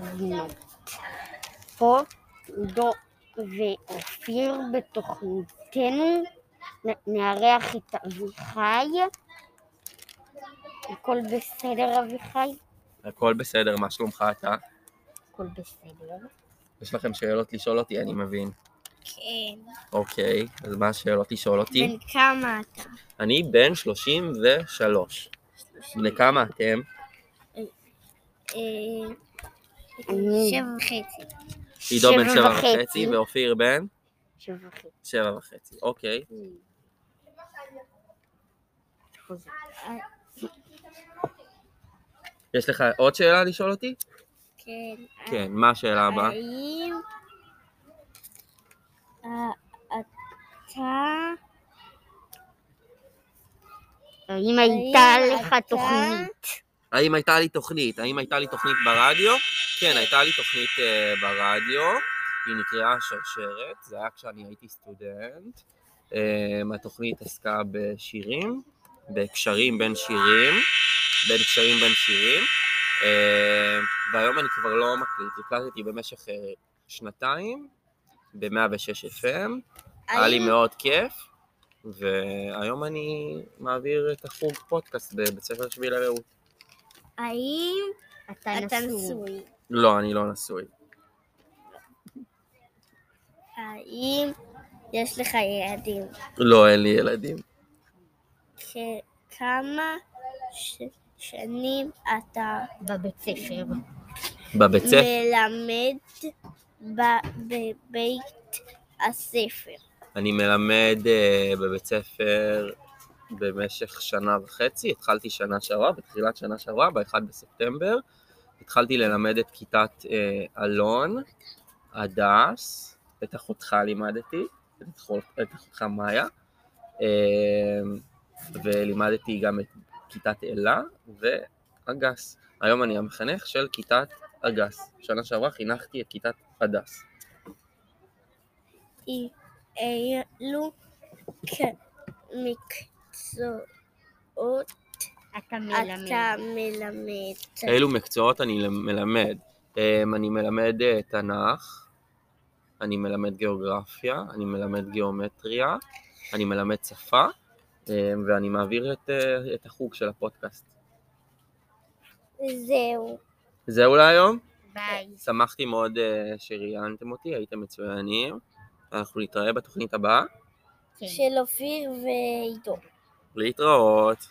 קודמות. פה עידו ואופיר בתוכניתנו נ- נארח את אביחי. הכל בסדר, אביחי? הכל בסדר, מה שלומך אתה? הכל בסדר. יש לכם שאלות לשאול אותי, אני מבין. כן. אוקיי, אז מה השאלות לשאול אותי? בן כמה אתה? אני בן 33. בני כמה אתם? אה, אני- שבע וחצי. עידו בן 7 וחצי ואופיר בן שבע וחצי. 7 וחצי. אוקיי, חוזר. יש לך עוד שאלה לשאול אותי? כן. כן, מה השאלה הבאה? האם אה, אתה... האם האם הייתה לך אתה- תוכנית? האם הייתה לי תוכנית? האם הייתה לי תוכנית ברדיו? כן, הייתה לי תוכנית אה, ברדיו, היא נקראה שרשרת, זה היה כשאני הייתי סטודנט. אה, התוכנית עסקה בשירים, בקשרים בין שירים, בין קשרים בין שירים, אה, והיום אני כבר לא מקליט, הקלטתי במשך אה, שנתיים ב-106 FM, היה לי האם- מאוד כיף, והיום אני מעביר את החוג פודקאסט בבית ספר שביל הרעות. האם אתה אתה נשוי. נשוי? לא, אני לא נשוי. האם יש לך ילדים? לא, אין לי ילדים. כמה ש- שנים אתה בבית ספר. בבית ספר? מלמד ב- בבית הספר? אני מלמד אה, בבית ספר במשך שנה וחצי. התחלתי שנה שעברה, בתחילת שנה שעברה, ב-1 בספטמבר. התחלתי ללמד את כיתת אה, אלון, הדס, את אחותך לימדתי, את אחות- את אחותך מאיה, אה, ולימדתי גם את כיתת אלה ואגס. היום אני המחנך של כיתת אגס. שנה שעברה חינכתי את כיתת הדס. היא- אילו כ- מקצועות אתה אתה מלמד. מלמד? אילו מקצועות אני למ- מלמד? אמ, אני מלמד אה, תנ"ך, אני מלמד גיאוגרפיה, אני מלמד גיאומטריה, אני מלמד שפה, אמ, ואני מעביר את, אה, את החוג של הפודקאסט. זהו. זהו להיום, ביי. שמחתי מאוד אה, שראיינתם אותי, הייתם מצוינים. אנחנו נתראה בתוכנית הבאה, כן. של אופיר ועידו. להתראות.